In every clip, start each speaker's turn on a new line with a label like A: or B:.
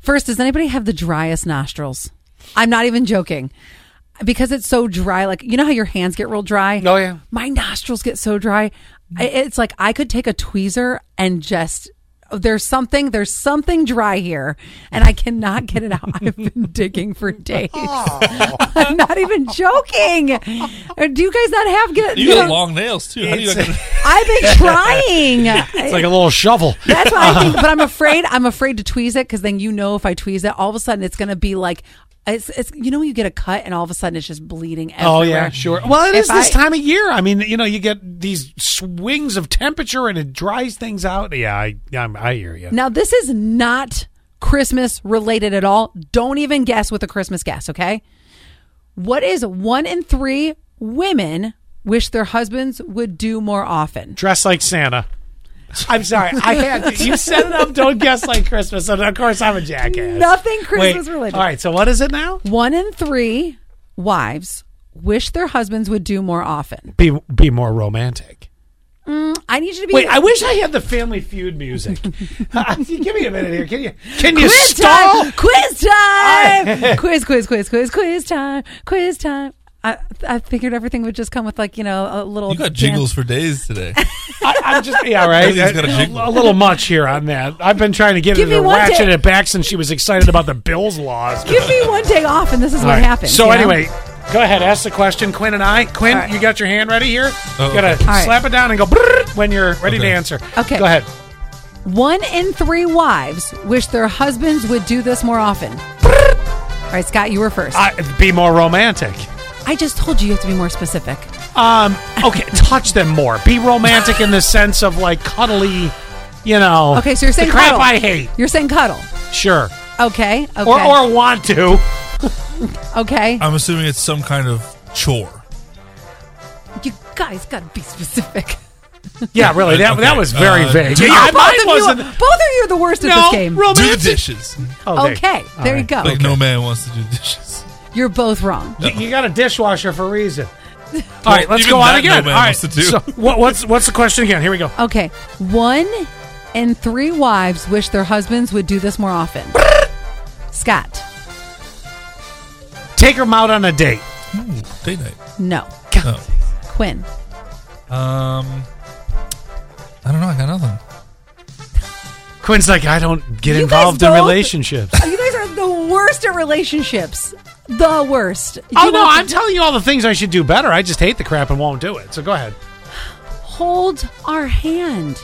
A: First, does anybody have the driest nostrils? I'm not even joking. Because it's so dry, like you know how your hands get real dry?
B: Oh, yeah.
A: My nostrils get so dry. I- It's like I could take a tweezer and just there's something there's something dry here and I cannot get it out. I've been digging for days. I'm not even joking. Do you guys not have good
C: You got long nails too. How do you
B: It's-
C: like-
A: I've been trying.
B: It's like a little shovel.
A: That's why I think, but I'm afraid. I'm afraid to tweeze it because then you know if I tweeze it, all of a sudden it's going to be like, it's, it's you know when you get a cut and all of a sudden it's just bleeding. Everywhere.
B: Oh yeah, sure. Well, it is
A: If
B: this
A: I-
B: time of year. I mean, you know, you get these swings of temperature and it dries things out. Yeah, I I'm, I hear you.
A: Now this is not Christmas related at all. Don't even guess with a Christmas guess. Okay, what is one in three women wish their husbands would do more often?
B: Dress like Santa. I'm sorry. I had you set it up. Don't guess like Christmas. And of course, I'm a jackass.
A: Nothing
B: Wait,
A: Christmas related.
B: All right. So what is it now?
A: One in three wives wish their husbands would do more often.
B: Be be more romantic.
A: I need you to be.
B: Wait, I wish I had the Family Feud music. Uh, Give me a minute here. Can you can you
A: Quiz
B: stall?
A: time! Quiz time! quiz, quiz, quiz, quiz, quiz time! Quiz time! I, I figured everything would just come with like you know a little.
C: you got
A: dance.
C: jingles for days today.
B: I, I'm just yeah right.
C: Everything's got a
B: A,
C: jingle.
B: a little much here on that. I've been trying to get
A: Give
B: it to
A: me one
B: ratchet
A: day.
B: it back since she was excited about the Bills laws.
A: Give me one day off, and this is
B: All
A: what
B: right.
A: happens.
B: So
A: you know?
B: anyway, go ahead, ask the question, Quinn and I. Quinn, you got your hand ready here.
C: Oh,
B: you gotta
C: okay.
A: All right.
B: slap it down and go brrrr when you're ready
C: Okay.
B: to answer.
A: Okay.
B: Go ahead.
A: one in three wives wish their husbands would do this more often. All right, Scott, you were first. I,
B: I, be more romantic.
A: just told you you have to be more specific.
B: Um. Okay. touch them more. Be romantic in the sense of like cuddly. You know.
A: Okay, so you're saying
B: the crap
A: cuddle.
B: I hate.
A: You're saying cuddle.
B: Sure.
A: Okay. Okay.
B: Or or want to.
A: okay.
C: I'm assuming it's some kind of chore.
A: you guys got to be specific.
B: Yeah. Really. That
C: Okay,
B: that was very
C: uh,
B: vague.
C: do-
B: Yeah,
A: both
B: mine
A: of you,
B: wasn't.
A: both of you are the worst at
B: no
A: this game.
C: Do the
B: romantic.
C: dishes.
B: Oh,
A: Okay,
B: All
A: there you
B: right.
A: go.
C: Like no man wants to do dishes.
A: You're both wrong.
B: You, you got a dishwasher for a reason. All right, let's
C: even
B: go on
C: that
B: again.
C: no man
B: All right,
C: wants to do.
B: so what, what's what's the question again? Here we go.
A: Okay. One in three wives wish their husbands would do this more often. Scott,
B: Take them out on a date.
C: Ooh, day night.
A: no.
C: No.
A: Quinn,
C: Um, I don't know. I got nothing.
B: Quinn's like, I don't get
A: You
B: involved
A: guys
B: in
A: both-
B: relationships.
A: you guys are the worst at relationships. The worst.
B: oh
A: You
B: no,
A: want
B: I'm telling you all the things I should do better. I just hate the crap and won't do it. So go ahead.
A: to hold our hand.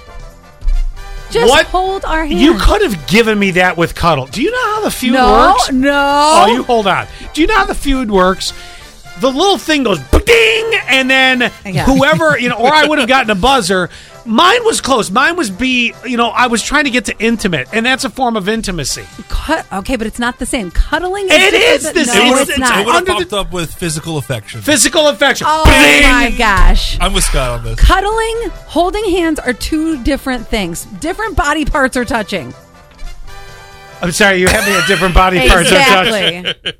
A: Just
B: What?
A: hold our hand.
B: You could have given me that with cuddle. Do you know how the feud
A: no,
B: works?
A: no.
B: Oh, you hold on. Do you know how the feud works? The little thing goes ding, and then
A: Yeah.
B: whoever you know, or I would have gotten a buzzer. Mine was close. Mine was B. You know, I was trying to get to intimate, and that's a form of intimacy.
A: Cut. Okay, but it's not the same. Cuddling. Is
B: It
A: different
B: is
A: than-
B: the
A: no,
B: same.
C: it
B: would've-
C: would
A: It's
B: it's
A: not.
C: have popped
B: Under the-
C: up with physical affection.
B: Physical affection.
A: oh
B: Bing!
A: my gosh.
C: I'm with Scott on this.
A: Cuddling, holding hands are two different things. Different body parts are touching.
B: I'm sorry, you had me at different body parts. I'm sorry.
A: Exactly.